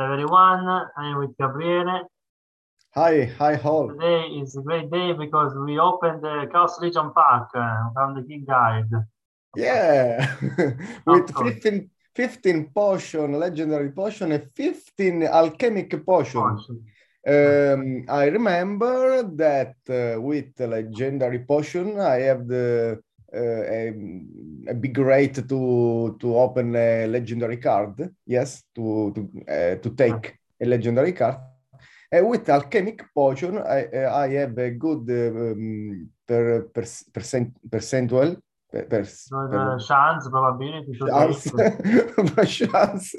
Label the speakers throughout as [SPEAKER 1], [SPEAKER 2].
[SPEAKER 1] everyone. I'm with Gabriele.
[SPEAKER 2] Hi, hi, all.
[SPEAKER 1] Today is a great day because we opened the Chaos Legion pack uh, from the King Guide.
[SPEAKER 2] Yeah, with
[SPEAKER 1] course.
[SPEAKER 2] 15, 15 potion, legendary potion, and 15 alchemic potion. Um, I remember that uh, with the legendary potion, I have the uh, a, a big rate to to open a legendary card. Yes, to to uh, to take a legendary card. And with alchemic potion, I uh, I have a good um, per, per percent percentual per, per,
[SPEAKER 1] So
[SPEAKER 2] per-
[SPEAKER 1] the chance, probability to
[SPEAKER 2] chance,
[SPEAKER 1] take
[SPEAKER 2] chance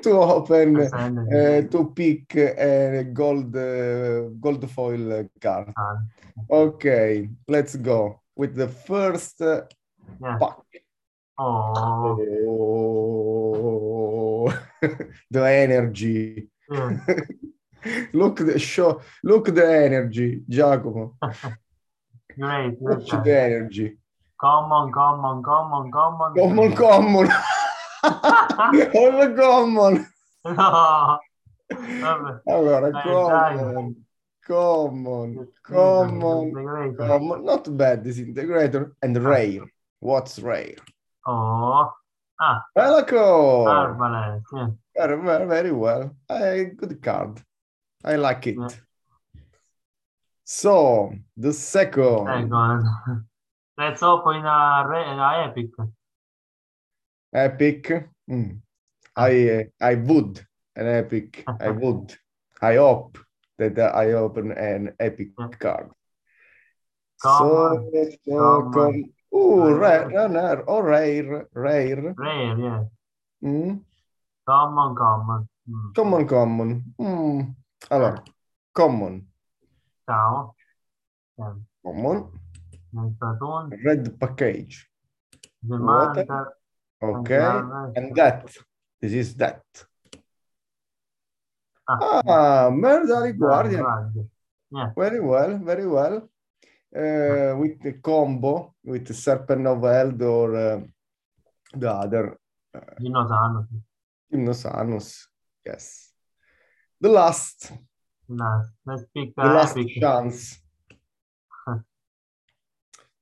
[SPEAKER 2] to open
[SPEAKER 1] this and
[SPEAKER 2] uh, to pick a gold uh, gold foil uh, card.
[SPEAKER 1] card.
[SPEAKER 2] Okay, let's go with the first uh,
[SPEAKER 1] Yeah.
[SPEAKER 2] pack.
[SPEAKER 1] Oh,
[SPEAKER 2] Oh, the energy.
[SPEAKER 1] yeah.
[SPEAKER 2] Look the show. Look the energy, Giacomo.
[SPEAKER 1] great.
[SPEAKER 2] Watch
[SPEAKER 1] great.
[SPEAKER 2] the energy.
[SPEAKER 1] Come on, come on, come on, come on.
[SPEAKER 2] Common, common. All the common.
[SPEAKER 1] no. Vabbè.
[SPEAKER 2] Allora,
[SPEAKER 1] Eh,
[SPEAKER 2] common, common, common,
[SPEAKER 1] Great.
[SPEAKER 2] common. Not bad, this integrator. And rare. What's rare?
[SPEAKER 1] Oh,
[SPEAKER 2] Malaco!
[SPEAKER 1] Arbalest. Yeah.
[SPEAKER 2] Very, very, very well. A good card. I like it.
[SPEAKER 1] Yeah.
[SPEAKER 2] So, the second
[SPEAKER 1] Second. Let's open a, re- a epic.
[SPEAKER 2] epic. Mm. I uh, I would an epic. I would. I hope that I open an epic
[SPEAKER 1] Yeah.
[SPEAKER 2] card.
[SPEAKER 1] Common,
[SPEAKER 2] So, so
[SPEAKER 1] common.
[SPEAKER 2] com- Ooh,
[SPEAKER 1] Rare.
[SPEAKER 2] rare, no, no, oh, rare, rare.
[SPEAKER 1] Rare, yeah.
[SPEAKER 2] Mm.
[SPEAKER 1] Common, common. Mm.
[SPEAKER 2] Common, common. Mm. Allora, common,
[SPEAKER 1] Ciao. Yeah.
[SPEAKER 2] common,
[SPEAKER 1] Nel platoon,
[SPEAKER 2] red package.
[SPEAKER 1] the
[SPEAKER 2] Water.
[SPEAKER 1] mantle,
[SPEAKER 2] Okay, and that this is that.
[SPEAKER 1] Ah,
[SPEAKER 2] Ah, Murder Guardian.
[SPEAKER 1] guardia.
[SPEAKER 2] Very well, very well. Uh, with the combo with the Serpent of Eld or uh, the other
[SPEAKER 1] Dinosauro.
[SPEAKER 2] Gymnosanus. Yes. The last,
[SPEAKER 1] Nice. Let's pick
[SPEAKER 2] the
[SPEAKER 1] a
[SPEAKER 2] last
[SPEAKER 1] epic.
[SPEAKER 2] chance.
[SPEAKER 1] Huh.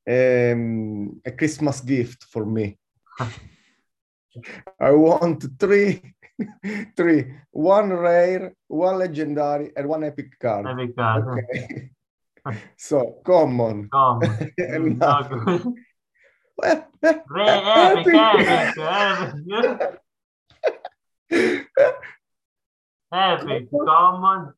[SPEAKER 2] Um, a Christmas gift for me. I want three, three, one rare, one legendary, and one epic card.
[SPEAKER 1] Epic card. yeah.
[SPEAKER 2] Okay. so common.
[SPEAKER 1] Common. Mm,
[SPEAKER 2] No.
[SPEAKER 1] no, good.
[SPEAKER 2] Eh, eh,
[SPEAKER 1] Re, epic,
[SPEAKER 2] Epic.
[SPEAKER 1] epic, epic. Epic, common,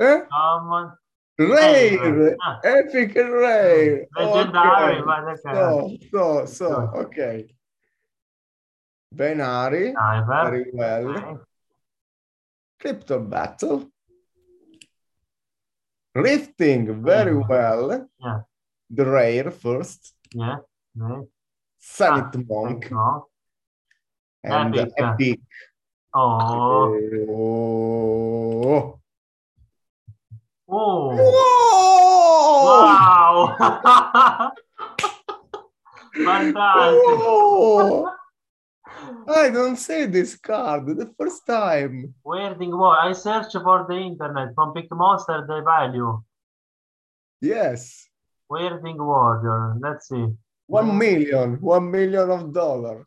[SPEAKER 2] eh,
[SPEAKER 1] common.
[SPEAKER 2] Rare,
[SPEAKER 1] Ah,
[SPEAKER 2] epic rare.
[SPEAKER 1] Leggendary,
[SPEAKER 2] Ok.
[SPEAKER 1] ma che
[SPEAKER 2] So, so, so, ok. Benari,
[SPEAKER 1] Diver.
[SPEAKER 2] very well. Crypto battle. Rifting, very
[SPEAKER 1] Yeah.
[SPEAKER 2] well.
[SPEAKER 1] Yeah.
[SPEAKER 2] The rare first.
[SPEAKER 1] Yeah, right.
[SPEAKER 2] Sanit
[SPEAKER 1] Thank
[SPEAKER 2] monk
[SPEAKER 1] you, Monk.
[SPEAKER 2] and
[SPEAKER 1] Epic.
[SPEAKER 2] epic.
[SPEAKER 1] Oh, oh,
[SPEAKER 2] Oh. Wow!
[SPEAKER 1] wow. Fantastic.
[SPEAKER 2] Oh! I don't see this card the first time.
[SPEAKER 1] Waiting war. I search for the internet from Monster the value.
[SPEAKER 2] Yes,
[SPEAKER 1] Waiting warrior. Let's see.
[SPEAKER 2] one million, one million of dollar.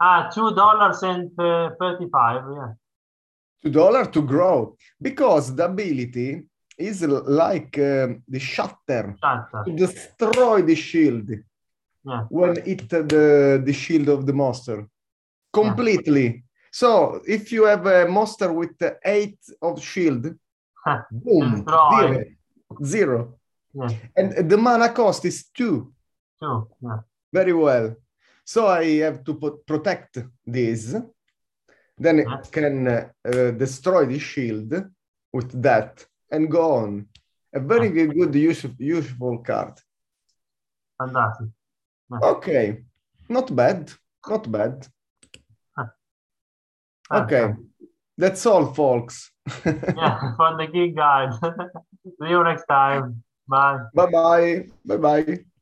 [SPEAKER 1] ah, two dollars and uh, thirty-five. Yeah.
[SPEAKER 2] Two dollar to grow because the ability is l- like um, the shatter
[SPEAKER 1] Shatter.
[SPEAKER 2] to destroy the shield
[SPEAKER 1] Yeah.
[SPEAKER 2] when it the the shield of the monster completely. So if you have a monster with uh, eight of shield, boom,
[SPEAKER 1] Destroy.
[SPEAKER 2] zero, zero.
[SPEAKER 1] Yeah.
[SPEAKER 2] and the mana cost is two.
[SPEAKER 1] Two. Yeah.
[SPEAKER 2] Very well. So I have to po- protect this. Then it
[SPEAKER 1] Yes.
[SPEAKER 2] can uh, uh, destroy the shield with that and go on. A very good, use- useful card.
[SPEAKER 1] Fantastic.
[SPEAKER 2] Okay, not bad, not bad. Okay, that's all, folks.
[SPEAKER 1] Yeah, from the King Guide. See you next time. Bye.
[SPEAKER 2] Bye bye. Bye bye.